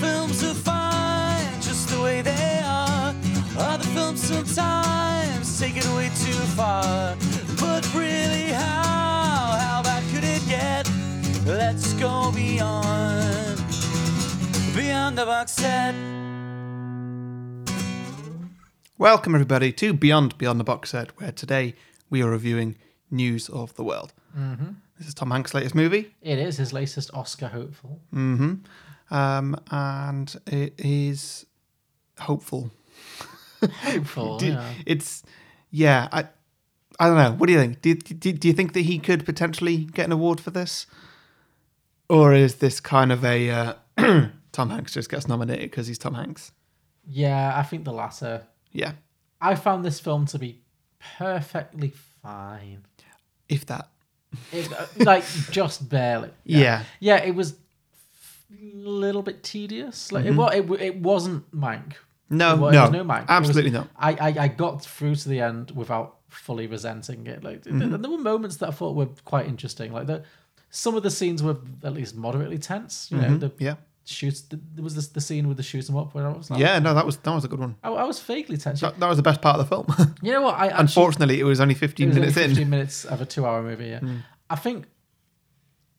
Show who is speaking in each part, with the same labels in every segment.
Speaker 1: films are fine just the way they are. Other films sometimes take it way too far. But really, how? How bad could it get? Let's go beyond, beyond the box set.
Speaker 2: Welcome, everybody, to Beyond Beyond the Box Set, where today we are reviewing News of the World. Mm-hmm. This is Tom Hanks' latest movie,
Speaker 3: It is his latest Oscar hopeful.
Speaker 2: um, and it is hopeful.
Speaker 3: Hopeful,
Speaker 2: Do-
Speaker 3: yeah.
Speaker 2: It's, yeah, I, I don't know. What do you think? Do, do, do you think that he could potentially get an award for this? Or is this kind of a uh, Tom Hanks just gets nominated because he's Tom Hanks?
Speaker 3: Yeah, I think the latter.
Speaker 2: Yeah,
Speaker 3: I found this film to be perfectly fine.
Speaker 2: if that.
Speaker 3: It, uh, like, just barely.
Speaker 2: Yeah.
Speaker 3: Yeah, it was a little bit tedious. Like, it wa it, w- it wasn't Mank.
Speaker 2: Mm-hmm. No,
Speaker 3: Well,
Speaker 2: no,
Speaker 3: it was no Mank. It
Speaker 2: absolutely
Speaker 3: was-
Speaker 2: not.
Speaker 3: I, I, I got through to the end without fully resenting it. Like th-
Speaker 2: Mm-hmm.
Speaker 3: th- there were moments that I thought were quite interesting. Like the, some of the scenes were at least moderately tense. You know, the
Speaker 2: Mm-hmm. Yeah,
Speaker 3: shoots. th- There was this, the scene with the shooting up where I was like,
Speaker 2: yeah. No, that was that was a good one.
Speaker 3: I, I was vaguely tense.
Speaker 2: That, that was the best part of the film.
Speaker 3: You know what? I actually,
Speaker 2: Unfortunately, it was only 15
Speaker 3: it was only
Speaker 2: minutes in. Hmm.
Speaker 3: 15 minutes of a two-hour movie. Yeah, I think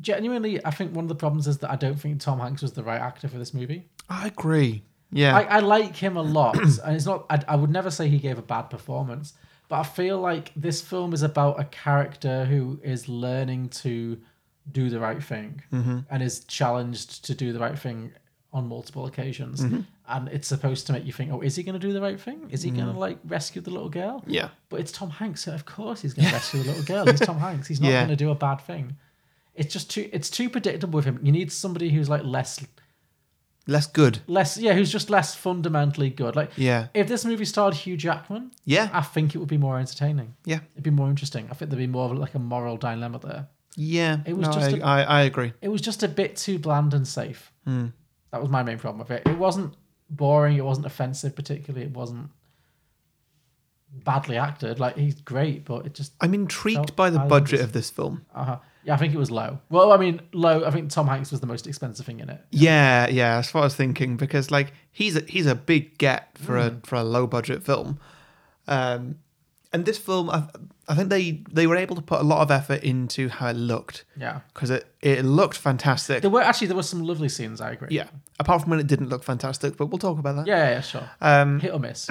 Speaker 3: genuinely, I think one of the problems is that I don't think Tom Hanks was the right actor for this movie.
Speaker 2: I agree. Yeah.
Speaker 3: I, I like him a lot, and it's not. I, I would never say he gave a bad performance, but I feel like this film is about a character who is learning to do the right thing
Speaker 2: Mm-hmm.
Speaker 3: and is challenged to do the right thing on multiple occasions.
Speaker 2: Mm-hmm.
Speaker 3: And it's supposed to make you think, oh, is he going to do the right thing? Is he going
Speaker 2: Mm.
Speaker 3: to like rescue the little girl?
Speaker 2: yeah.
Speaker 3: But it's Tom Hanks, so of course he's going to rescue the little girl. He's Tom Hanks. He's not
Speaker 2: Yeah.
Speaker 3: going to do a bad thing. It's just too. It's too predictable with him. You need somebody who's like less
Speaker 2: Less good.
Speaker 3: less yeah who's just less fundamentally good like
Speaker 2: Yeah.
Speaker 3: if this movie starred hugh jackman
Speaker 2: Yeah.
Speaker 3: i think it would be more entertaining
Speaker 2: Yeah.
Speaker 3: it'd be more interesting i think there'd be more of like a moral dilemma there
Speaker 2: Yeah.
Speaker 3: It was
Speaker 2: no,
Speaker 3: just
Speaker 2: I
Speaker 3: a-
Speaker 2: I I agree.
Speaker 3: it was just a bit too bland and safe
Speaker 2: Hmm.
Speaker 3: that was my main problem with it it wasn't boring it wasn't offensive particularly it wasn't badly acted like he's great but it just
Speaker 2: I'm intrigued
Speaker 3: So,
Speaker 2: by the
Speaker 3: Oh, I
Speaker 2: budget
Speaker 3: just-
Speaker 2: of this film.
Speaker 3: uh yeah i think it was low well i mean low i think tom hanks was the most expensive thing in it
Speaker 2: Yeah, yeah, that's what I was thinking because like he's a, he's a big get for
Speaker 3: Mm.
Speaker 2: a for a low budget film, um, and this film I, I think they they were able to put a lot of effort into how it looked
Speaker 3: yeah
Speaker 2: because it it looked fantastic.
Speaker 3: there were actually there were some lovely scenes i agree
Speaker 2: yeah, apart from when it didn't look fantastic, but we'll talk about that.
Speaker 3: yeah yeah, yeah sure
Speaker 2: Um,
Speaker 3: hit or miss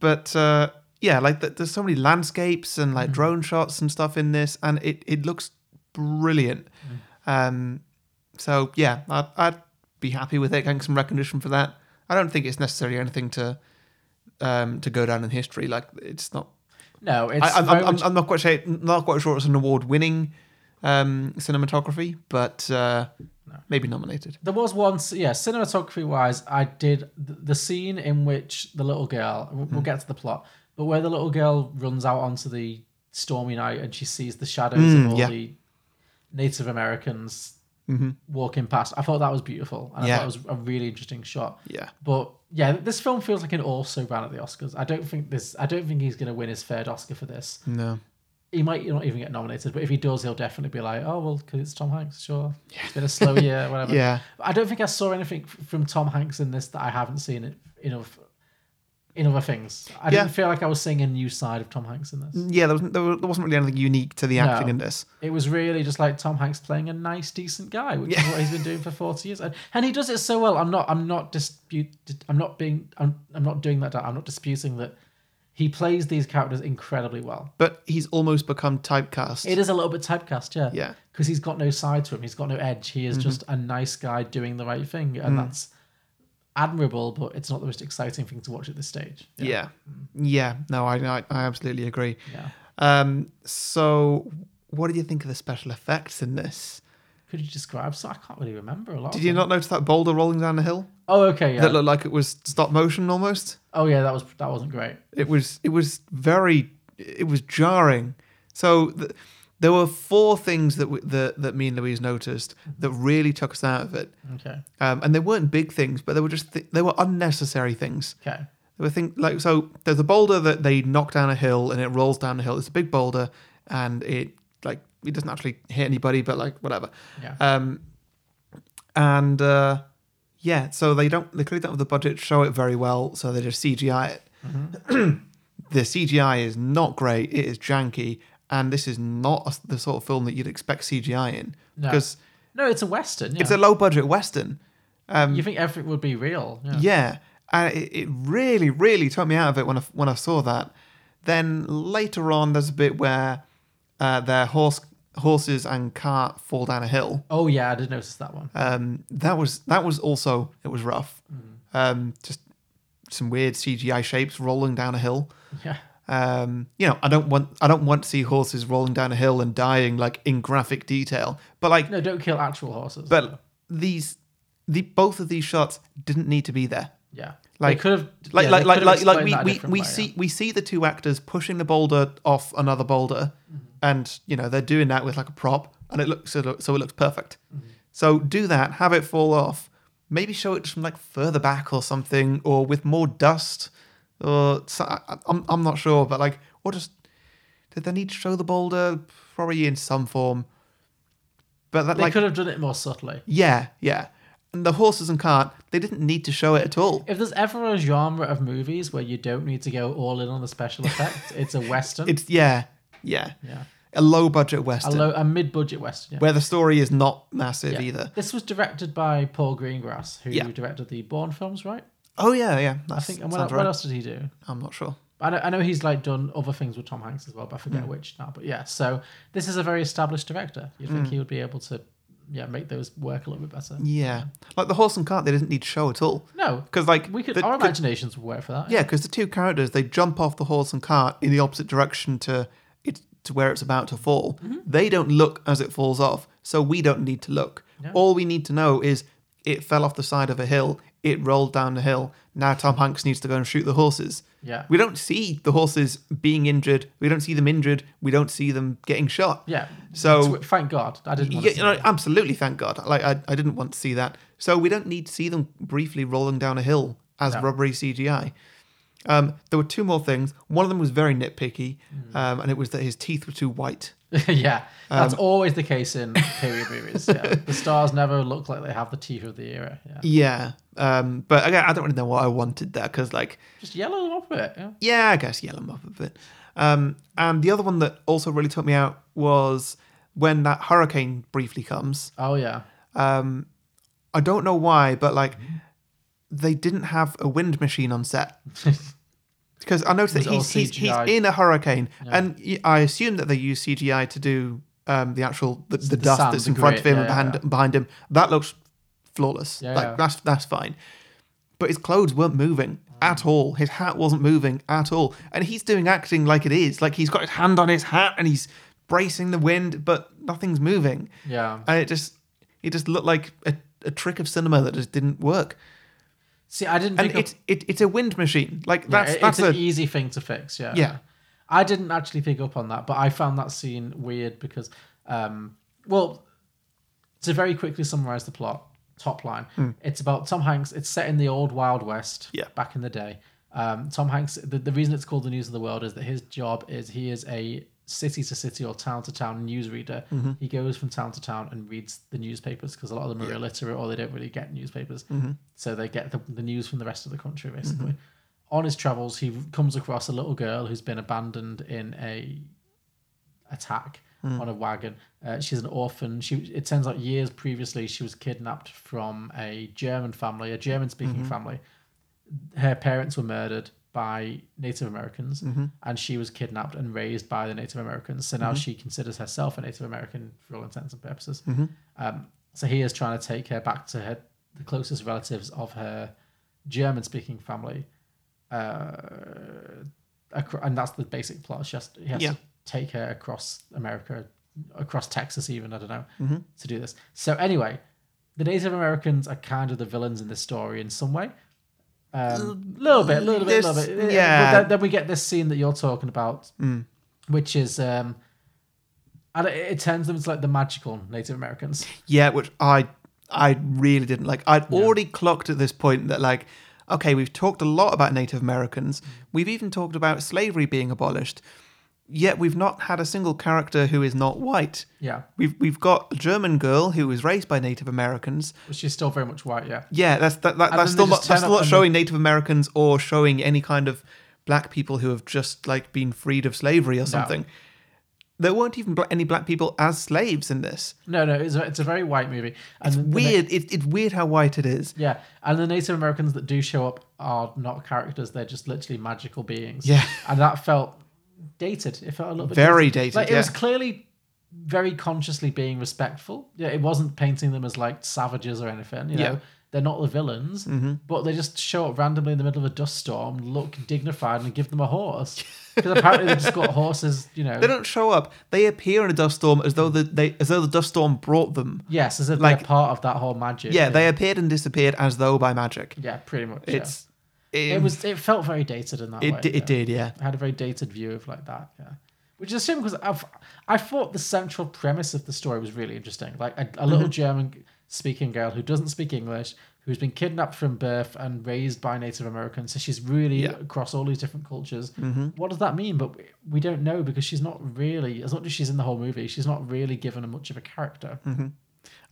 Speaker 2: but uh, yeah, like th- there's so many landscapes and
Speaker 3: Mm.
Speaker 2: like drone shots and stuff in this, and it it looks brilliant.
Speaker 3: Mm.
Speaker 2: Um, so yeah, I'd, I'd be happy with it getting some recognition for that. I don't think it's necessarily anything to um, to go down in history. Like it's not.
Speaker 3: no it's
Speaker 2: I, I'm,
Speaker 3: very
Speaker 2: I'm, I'm, I'm not quite sure. Not quite sure it's an award-winning um, cinematography, but uh, maybe nominated.
Speaker 3: There was one, s- yeah, cinematography wise, I did th- the scene in which the little girl, we'll,
Speaker 2: Hmm.
Speaker 3: we'll get to the plot, but where the little girl runs out onto the stormy night and she sees the shadows
Speaker 2: Mm,
Speaker 3: of all
Speaker 2: yeah. Mm-hmm.
Speaker 3: the Native Americans walking past, I thought that was beautiful. And
Speaker 2: Yeah.
Speaker 3: I thought it was a really interesting shot.
Speaker 2: Yeah.
Speaker 3: But yeah, this film feels like an also ran at the Oscars. I don't think this, I don't think he's going to win his third Oscar for this.
Speaker 2: No.
Speaker 3: He might not even get nominated, but if he does, he'll definitely be like, oh, well, because it's Tom Hanks, sure. It's been a slow year, whatever.
Speaker 2: Yeah.
Speaker 3: I don't think I saw anything f- from Tom Hanks in this that I haven't seen it in other, in other things. I
Speaker 2: Yeah. Mm.
Speaker 3: didn't feel like I was seeing a new side of Tom Hanks in this.
Speaker 2: Yeah. There wasn't there wa- there wasn't really anything unique to the acting
Speaker 3: No.
Speaker 2: in this.
Speaker 3: It was really just like Tom Hanks playing a nice, decent guy, which is what he's been doing for forty years, and, and he does it so well. I'm not, I'm not dispute, I'm not being, I'm, I'm not doing that. I'm not disputing that he plays these characters incredibly well.
Speaker 2: But he's almost become typecast.
Speaker 3: It is a little bit typecast, yeah.
Speaker 2: Yeah.
Speaker 3: Because he's got no side to him. He's got no edge. He is
Speaker 2: Mm-hmm.
Speaker 3: just a nice guy doing the right thing. And
Speaker 2: Mm.
Speaker 3: that's admirable, but it's not the most exciting thing to watch at this stage.
Speaker 2: Yeah. Yeah. No, I, I, I absolutely agree.
Speaker 3: Yeah.
Speaker 2: Um, so what did you think of the special effects in this?
Speaker 3: Could you describe? So I can't really remember a lot.
Speaker 2: Did
Speaker 3: of
Speaker 2: you
Speaker 3: them.
Speaker 2: not notice that boulder rolling down the hill?
Speaker 3: Oh, okay. Yeah.
Speaker 2: That looked like it was stop motion almost.
Speaker 3: oh, yeah. That was that wasn't great.
Speaker 2: It was it was very it was jarring. So th- there were four things that w- that that me and Louise noticed that really took us out of it,
Speaker 3: Okay.
Speaker 2: um, and they weren't big things, but they were just th- they were unnecessary things.
Speaker 3: Okay.
Speaker 2: There were things like so. There's a boulder that they knock down a hill and it rolls down the hill. It's a big boulder and it like it Uh, doesn't actually hit anybody, but like whatever.
Speaker 3: Yeah.
Speaker 2: Um, and uh, Yeah, so they don't they clearly don't have the budget to show it very well, so they just CGI it.
Speaker 3: Mm-hmm.
Speaker 2: the CGI is not great, it is janky, and this is not a, the sort of film that you'd expect CGI in
Speaker 3: No.
Speaker 2: because
Speaker 3: No, it's a western. Yeah.
Speaker 2: it's a low budget western.
Speaker 3: you think everything would be real? Yeah.
Speaker 2: Yeah, and it, it really, really took me out of it when I when I saw that. Then later on, there's a bit where uh, their horse horses and cart fall down a hill.
Speaker 3: Oh yeah, I did notice that one.
Speaker 2: Um, that was that was also it was rough. Um, just some weird CGI shapes rolling down a hill.
Speaker 3: Yeah.
Speaker 2: Um, you know, I don't want I don't want to see horses rolling down a hill and dying like in graphic detail. But like,
Speaker 3: No, don't kill actual horses.
Speaker 2: but these the both of these shots didn't need to be there.
Speaker 3: yeah,
Speaker 2: like-
Speaker 3: they could have
Speaker 2: like
Speaker 3: yeah, they
Speaker 2: like like
Speaker 3: could
Speaker 2: like,
Speaker 3: have
Speaker 2: like
Speaker 3: explained
Speaker 2: we
Speaker 3: that a
Speaker 2: we,
Speaker 3: different
Speaker 2: we
Speaker 3: way,
Speaker 2: see
Speaker 3: yeah.
Speaker 2: we see the two actors pushing the boulder off another boulder
Speaker 3: Mm-hmm.
Speaker 2: and you know they're doing that with like a prop and it looks so it looks- so it looks perfect
Speaker 3: Mm-hmm.
Speaker 2: so do that have it fall off maybe show it from like further back or something or with more dust or so, I, I- I'm, I'm not sure but like or just did they need to show the boulder probably in some form but that
Speaker 3: They
Speaker 2: like
Speaker 3: could have done it more subtly.
Speaker 2: yeah yeah and the horses and cart they didn't need to show it at all
Speaker 3: If there's ever a genre of movies where you don't need to go all in on the special effects, it's a western.
Speaker 2: It's yeah, yeah,
Speaker 3: yeah,
Speaker 2: a low budget
Speaker 3: a
Speaker 2: western
Speaker 3: low, a mid-budget western. Yeah.
Speaker 2: where the story is not massive
Speaker 3: Yeah.
Speaker 2: either.
Speaker 3: This was directed by Paul Greengrass, who
Speaker 2: Yeah.
Speaker 3: directed the Bourne films, right?
Speaker 2: Oh yeah, yeah. That's,
Speaker 3: I think. And what,
Speaker 2: sounds
Speaker 3: what
Speaker 2: right.
Speaker 3: else did he do?
Speaker 2: I'm not sure.
Speaker 3: I know, I know he's like done other things with Tom Hanks as well, but I
Speaker 2: Hmm.
Speaker 3: forget which now. But yeah, so this is a very established director. You'd think he would be able to, yeah, make those work a little bit better.
Speaker 2: Hmm. Yeah, like the horse and cart, they didn't need to show at all
Speaker 3: No,
Speaker 2: because like
Speaker 3: we could.
Speaker 2: the,
Speaker 3: our
Speaker 2: the-
Speaker 3: imaginations would work for that.
Speaker 2: yeah, because the two characters they jump off the horse and cart in the opposite direction to it to where it's about to fall.
Speaker 3: Mm-hmm.
Speaker 2: They don't look as it falls off, so we don't need to look. All we need to know is it fell off the side of a hill. It rolled down the hill. Now Tom Hanks needs to go and shoot the horses.
Speaker 3: Yeah.
Speaker 2: We don't see the horses being injured. We don't see them injured. We don't see them getting shot.
Speaker 3: yeah.
Speaker 2: So-
Speaker 3: Tw- thank God, I didn't. Want
Speaker 2: Yeah,
Speaker 3: to see
Speaker 2: you know,
Speaker 3: that.
Speaker 2: absolutely. Thank God. Like I, I didn't want to see that. So we don't need to see them briefly rolling down a hill as
Speaker 3: No.
Speaker 2: rubbery CGI. Um, there were two more things. One of them was very nitpicky, um, and it was that his teeth were too white.
Speaker 3: yeah, that's
Speaker 2: Um,
Speaker 3: always the case in period movies. Yeah. The stars never look like they have the teeth of the era. Yeah,
Speaker 2: Yeah. Um, but again, I don't really know what I wanted there because, like,
Speaker 3: just yellow them up a bit. Yeah.
Speaker 2: yeah, I guess yell them up a bit. Um, and the other one that also really took me out was when that hurricane briefly comes.
Speaker 3: Oh yeah,
Speaker 2: I don't know why, but like they didn't have a wind machine on set. Because I noticed that
Speaker 3: It was all
Speaker 2: he's, he's, he's
Speaker 3: CGI.
Speaker 2: in a hurricane, and y- I assume that they use CGI to do um, the actual the, the, dust
Speaker 3: sand,
Speaker 2: that's
Speaker 3: the
Speaker 2: in front of
Speaker 3: grit,
Speaker 2: him and
Speaker 3: yeah,
Speaker 2: behind behind him. That looks flawless.
Speaker 3: Yeah,
Speaker 2: like
Speaker 3: yeah.
Speaker 2: that's that's fine. But his clothes weren't moving
Speaker 3: Mm.
Speaker 2: at all. His hat wasn't moving at all, and he's doing acting like it is. Like he's got his hand on his hat and he's bracing the wind, but nothing's moving
Speaker 3: yeah.
Speaker 2: and it just it just looked like a, a trick of cinema that just didn't work.
Speaker 3: See, I didn't.
Speaker 2: And
Speaker 3: think of-
Speaker 2: it, it it's a wind machine. Like
Speaker 3: Yeah,
Speaker 2: that's
Speaker 3: it-
Speaker 2: that's
Speaker 3: it's e
Speaker 2: a
Speaker 3: an easy thing to fix. Yeah.
Speaker 2: Yeah.
Speaker 3: I didn't actually pick up on that, but I found that scene weird because, um, well, to very quickly summarize the plot, top line, it's about Tom Hanks. It's set in the old Wild West.
Speaker 2: Yeah.
Speaker 3: Back in the day, um, Tom Hanks. The, the reason it's called the News of the World is that his job is he is a city to city or town to town newsreader. He goes from town to town and reads the newspapers because a lot of them are illiterate or they don't really get newspapers, so they get the, the news from the rest of the country basically. On his travels, he comes across a little girl who's been abandoned in a attack on a wagon. Uh, she's an orphan. She it turns out years previously she was kidnapped from a German family, a German speaking family. Her parents were murdered by Native Americans, and she was kidnapped and raised by the Native Americans. So now she considers herself a Native American for all intents and purposes. Um, so he is trying to take her back to her the closest relatives of her German speaking family. Uh, acro- and that's the basic plot. She has, he has
Speaker 2: Yeah.
Speaker 3: to take her across America, across Texas, even I don't know, to do this. So anyway, the Native Americans are kind of the villains in this story in some way. Um, little bit, little bit, little
Speaker 2: this-
Speaker 3: bit. Uh, But
Speaker 2: yeah. Mm.
Speaker 3: then, then we get this scene that you're talking about, which is um, and it, it turns them into like the magical Native Americans.
Speaker 2: yeah, which I I really didn't like. I'd already clocked at this point that like
Speaker 3: Mm.
Speaker 2: okay, we've talked a lot about Native Americans. We've even talked about slavery being abolished. yet we've not had a single character who is not white.
Speaker 3: Yeah.
Speaker 2: We've we've got a German girl who was raised by Native Americans.
Speaker 3: But she's still very much white, yeah.
Speaker 2: Yeah, that's that, that
Speaker 3: And
Speaker 2: that's
Speaker 3: then
Speaker 2: still
Speaker 3: they
Speaker 2: not,
Speaker 3: just turn
Speaker 2: that's still
Speaker 3: up
Speaker 2: not
Speaker 3: and-
Speaker 2: showing Native Americans or showing any kind of black people who have just like been freed of slavery or something. There weren't even bla- any black people as slaves in this.
Speaker 3: No, no, it's a, it's a very white movie. And the- the na-
Speaker 2: Weird. It, it's weird how white it is.
Speaker 3: yeah, and the Native Americans that do show up are not characters; they're just literally magical beings.
Speaker 2: Yeah.
Speaker 3: and that felt dated. It felt a little bit
Speaker 2: Very dated,
Speaker 3: Like it was
Speaker 2: yeah.
Speaker 3: clearly very consciously being respectful. Yeah, it wasn't painting them as like savages or anything. You
Speaker 2: Yeah. Mm-hmm.
Speaker 3: know, they're not the villains, but they just show up randomly in the middle of a dust storm, look dignified, and give them a horse. Because apparently they just got horses. You know,
Speaker 2: They don't show up. They appear in a dust storm as though the, they as though the dust storm brought them.
Speaker 3: yes, as if
Speaker 2: like-
Speaker 3: they're part of that whole magic.
Speaker 2: Yeah, they appeared and disappeared as though by magic.
Speaker 3: yeah, pretty much. yeah.
Speaker 2: It's it,
Speaker 3: it was it felt very dated in that
Speaker 2: it,
Speaker 3: way.
Speaker 2: di- it
Speaker 3: yeah.
Speaker 2: did yeah.
Speaker 3: I had a very dated view of like that. Yeah, which is a shame because I've I thought the central premise of the story was really interesting. Like a, a little
Speaker 2: Mm-hmm.
Speaker 3: German speaking girl who doesn't speak English, who's been kidnapped from birth and raised by Native Americans, so she's really
Speaker 2: Yeah. Mm-hmm.
Speaker 3: across all these different cultures. What does that mean? But we, we don't know because she's not really as much as she's in the whole movie. She's not really given a much of a character.
Speaker 2: Mm-hmm.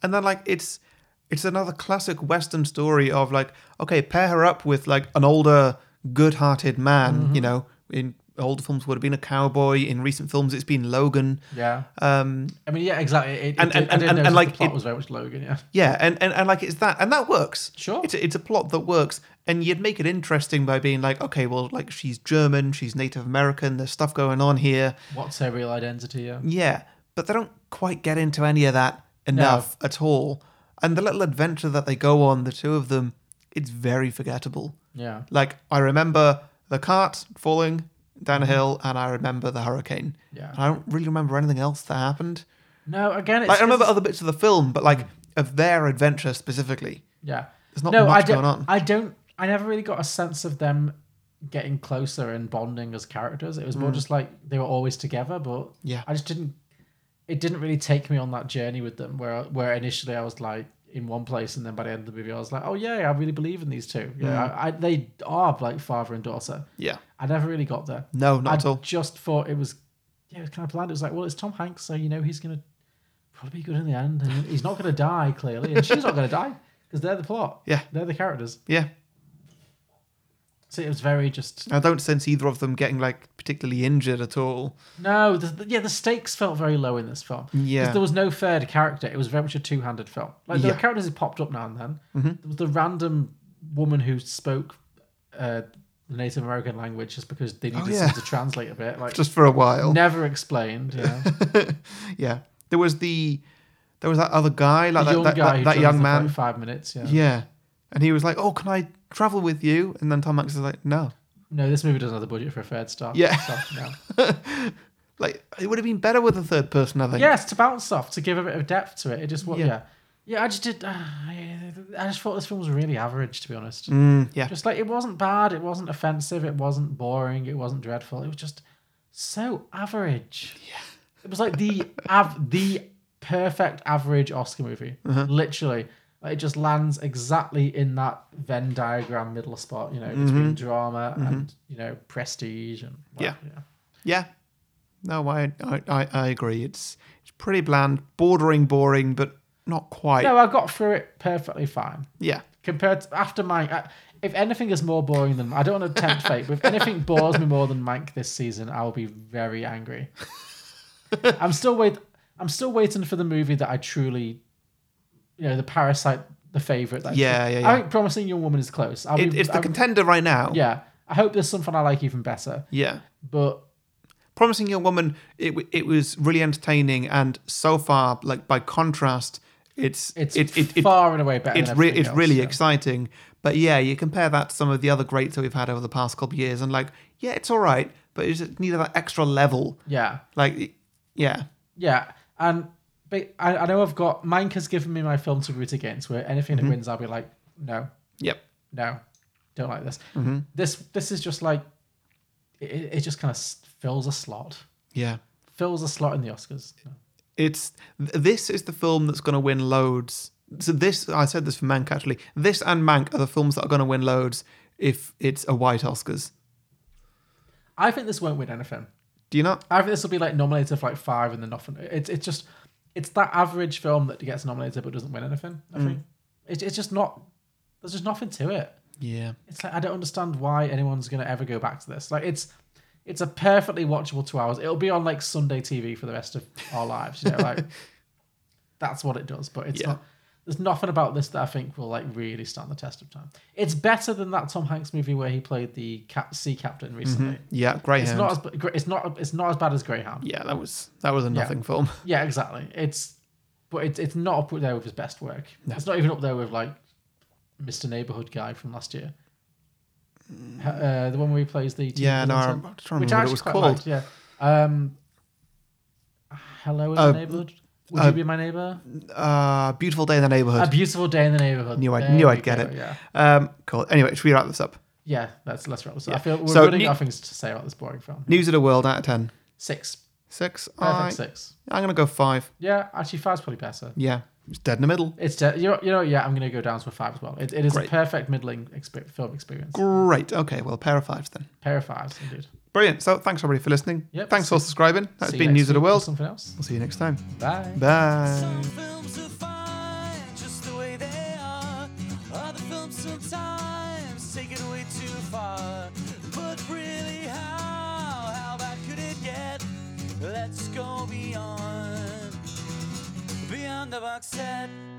Speaker 2: And then like it's it's another classic Western story of like okay, pair her up with like an older, good-hearted man. You know, in older films would have been a cowboy. In recent films, it's been Logan.
Speaker 3: Yeah,
Speaker 2: Um,
Speaker 3: I mean, yeah, exactly. It, it,
Speaker 2: And-
Speaker 3: did-
Speaker 2: and-
Speaker 3: I didn't
Speaker 2: and-
Speaker 3: notice
Speaker 2: and,
Speaker 3: the
Speaker 2: like,
Speaker 3: plot
Speaker 2: it-
Speaker 3: was very much Logan. Yeah,
Speaker 2: yeah, and, and and like it's that, and that works.
Speaker 3: Sure.
Speaker 2: it's a, it's a plot that works, and you'd make it interesting by being like, okay, well, like she's German, she's Native American. There's stuff going on here.
Speaker 3: what's her real identity? Yeah.
Speaker 2: Yeah, but they don't quite get into any of that enough at all. And the little adventure that they go on, the two of them, it's very forgettable.
Speaker 3: Yeah.
Speaker 2: Like I remember the cart falling down a hill, and I remember the hurricane.
Speaker 3: Yeah.
Speaker 2: And I don't really remember anything else that happened.
Speaker 3: No, again, it's
Speaker 2: Like I remember
Speaker 3: it's-
Speaker 2: other bits of the film, but like of their adventure specifically.
Speaker 3: yeah.
Speaker 2: There's not
Speaker 3: no,
Speaker 2: much
Speaker 3: I don't,
Speaker 2: going on.
Speaker 3: I don't. I never really got a sense of them getting closer and bonding as characters. It was more just like they were always together, but
Speaker 2: Mm. Yeah.
Speaker 3: I just didn't. It didn't really take me on that journey with them, where where initially I was like in one place, and then by the end of the movie, I was like, oh yeah, I really believe in these two. Yeah,
Speaker 2: Mm.
Speaker 3: I, I, they are like father and daughter.
Speaker 2: Yeah.
Speaker 3: I never really got there.
Speaker 2: No, not
Speaker 3: I
Speaker 2: at all.
Speaker 3: Just thought it was, yeah, it was kind of bland. It was like, well, it's Tom Hanks, so you know he's gonna probably be good in the end, and he's not gonna die clearly, and she's not gonna die because they're the plot.
Speaker 2: Yeah.
Speaker 3: they're the characters.
Speaker 2: Yeah.
Speaker 3: So it was very just
Speaker 2: I don't sense either of them getting like particularly injured at all.
Speaker 3: no. The, the- yeah, the stakes felt very low in this film. 'Cause
Speaker 2: Mm, Yeah.
Speaker 3: there was no third character. It was very much a two-handed film. Like
Speaker 2: Yeah.
Speaker 3: there
Speaker 2: Mm-hmm.
Speaker 3: were characters who popped up now and then. There was the random woman who spoke. Uh, the Native American language just because they needed
Speaker 2: Oh, yeah.
Speaker 3: someone to translate a bit, like
Speaker 2: Just for a while.
Speaker 3: never explained. You know?
Speaker 2: yeah. There was the there was that other guy, like
Speaker 3: the
Speaker 2: that,
Speaker 3: young
Speaker 2: that,
Speaker 3: guy
Speaker 2: that,
Speaker 3: who
Speaker 2: that
Speaker 3: joins
Speaker 2: young
Speaker 3: the
Speaker 2: man.
Speaker 3: Five minutes. Yeah.
Speaker 2: Yeah. And he was like, Oh, can I travel with you? And then Tom Hanks is like, No.
Speaker 3: No, this movie doesn't have the budget for a third star.
Speaker 2: Yeah.
Speaker 3: Star, no.
Speaker 2: Like it would have been better with a third person, I think.
Speaker 3: yes, to bounce off, to give a bit of depth to it. It just what?
Speaker 2: Yeah.
Speaker 3: Yeah. yeah. I just did. Uh, I I just thought this film was really average, to be honest.
Speaker 2: Mm, yeah.
Speaker 3: Just like it wasn't bad, it wasn't offensive, it wasn't boring, it wasn't dreadful. It was just so average. Yeah. It was like the av- the perfect average Oscar movie.
Speaker 2: Uh-huh.
Speaker 3: Literally. Like, it just lands exactly in that Venn diagram middle spot, you know, between drama and, you know, prestige and
Speaker 2: Mm-hmm. Yeah.
Speaker 3: yeah.
Speaker 2: yeah. No, I, I I I agree. It's it's pretty bland, bordering boring, but not quite.
Speaker 3: No, I got through it perfectly fine.
Speaker 2: Yeah.
Speaker 3: compared to after Mike. I, if anything is more boring than I don't want to tempt fate, but if anything bores me more than Mike this season, I'll be very angry. I'm still wait. I'm still waiting for the movie that I truly, you know, the Parasite, the favorite. That I
Speaker 2: Yeah,
Speaker 3: tru-
Speaker 2: yeah,
Speaker 3: I
Speaker 2: yeah.
Speaker 3: think Promising Young Woman is close. I'll
Speaker 2: It,
Speaker 3: be,
Speaker 2: it's the
Speaker 3: I'm-
Speaker 2: contender right now.
Speaker 3: yeah. I hope there's something I like even better.
Speaker 2: Yeah.
Speaker 3: But
Speaker 2: Promising Young Woman, it w- it was really entertaining, and so far, like by contrast, it's
Speaker 3: it's
Speaker 2: it, it, it,
Speaker 3: far and away better.
Speaker 2: it's
Speaker 3: than
Speaker 2: re-
Speaker 3: everything
Speaker 2: it's really
Speaker 3: else, yeah.
Speaker 2: exciting. But yeah, you compare that to some of the other greats that we've had over the past couple of years, and like, yeah, it's all right, but it's just need that extra level.
Speaker 3: yeah.
Speaker 2: Like, yeah,
Speaker 3: Yeah, and but I, I know I've got Mank has given me my film to root against. Where anything that wins, I'll be like, no,
Speaker 2: yep,
Speaker 3: no, don't like this. This this is just like it, it it just kind of fills a slot,
Speaker 2: yeah.
Speaker 3: fills a slot in the Oscars.
Speaker 2: It's th- this is the film that's going to win loads. So this, I said this for Mank actually. This and Mank are the films that are going to win loads if it's a white Oscars.
Speaker 3: I think this won't win anything.
Speaker 2: Do you not?
Speaker 3: I think this will be like nominated for like five and then nothing. It's it's just it's that average film that gets nominated but doesn't win anything. I think it's it's just not there's just nothing to it.
Speaker 2: Yeah.
Speaker 3: It's like I don't understand why anyone's gonna ever go back to this. Like it's it's a perfectly watchable two hours. It'll be on like Sunday TV for the rest of our lives. You know, like that's what it does. But it's
Speaker 2: Yeah.
Speaker 3: not. There's nothing about this that I think will like really stand the test of time. It's better than that Tom Hanks movie where he played the cap- sea captain recently.
Speaker 2: Mm-hmm. Yeah,
Speaker 3: It's
Speaker 2: Greyhound.
Speaker 3: not as b- gre- it's not it's not as bad as Greyhound.
Speaker 2: yeah, that was that was a nothing film.
Speaker 3: Yeah, exactly. It's but it's it's not up there with his best work. It's not even up there with like Mr. Neighborhood guy from last year. Ha- Uh, the one where he plays the TV
Speaker 2: Yeah, no, I
Speaker 3: presenter,
Speaker 2: rem- I'm trying to remember what it
Speaker 3: which I actually
Speaker 2: was
Speaker 3: quite
Speaker 2: called.
Speaker 3: liked. Yeah. Um, hello in
Speaker 2: Uh,
Speaker 3: the neighborhood. Would
Speaker 2: uh,
Speaker 3: you be my neighbor?
Speaker 2: Uh, Beautiful Day in the
Speaker 3: A
Speaker 2: Neighborhood.
Speaker 3: beautiful day in the neighborhood.
Speaker 2: Knew I'd-
Speaker 3: There
Speaker 2: knew
Speaker 3: we
Speaker 2: I'd get
Speaker 3: go,
Speaker 2: it.
Speaker 3: Yeah,
Speaker 2: um, cool. Anyway, should we wrap this up?
Speaker 3: yeah. That's let's wrap this up. I feel we're
Speaker 2: So
Speaker 3: running
Speaker 2: new-
Speaker 3: out of things to say about this boring film.
Speaker 2: News of the world out of ten.
Speaker 3: Six,
Speaker 2: Six.
Speaker 3: perfect
Speaker 2: I,
Speaker 3: six.
Speaker 2: I'm gonna go five.
Speaker 3: Yeah, actually, five's probably better.
Speaker 2: Yeah, it's dead in the middle.
Speaker 3: It's de- you know, you know yeah I'm gonna go down to a five as well. It, it is
Speaker 2: Great.
Speaker 3: a perfect middling expe- film experience.
Speaker 2: Great. Okay, well, pair of fives then.
Speaker 3: Pair of fives indeed.
Speaker 2: Brilliant. So thanks everybody for listening.
Speaker 3: Yep.
Speaker 2: Thanks for subscribing. That's
Speaker 3: See you
Speaker 2: been
Speaker 3: next
Speaker 2: News of the
Speaker 3: week for
Speaker 2: World.
Speaker 3: Something else.
Speaker 2: We'll see you next time.
Speaker 3: Bye.
Speaker 2: Bye.
Speaker 1: Some films are fine just the way they are. Other films sometimes take it way too far. But really, how? How bad could it get? Let's go beyond, beyond the box set.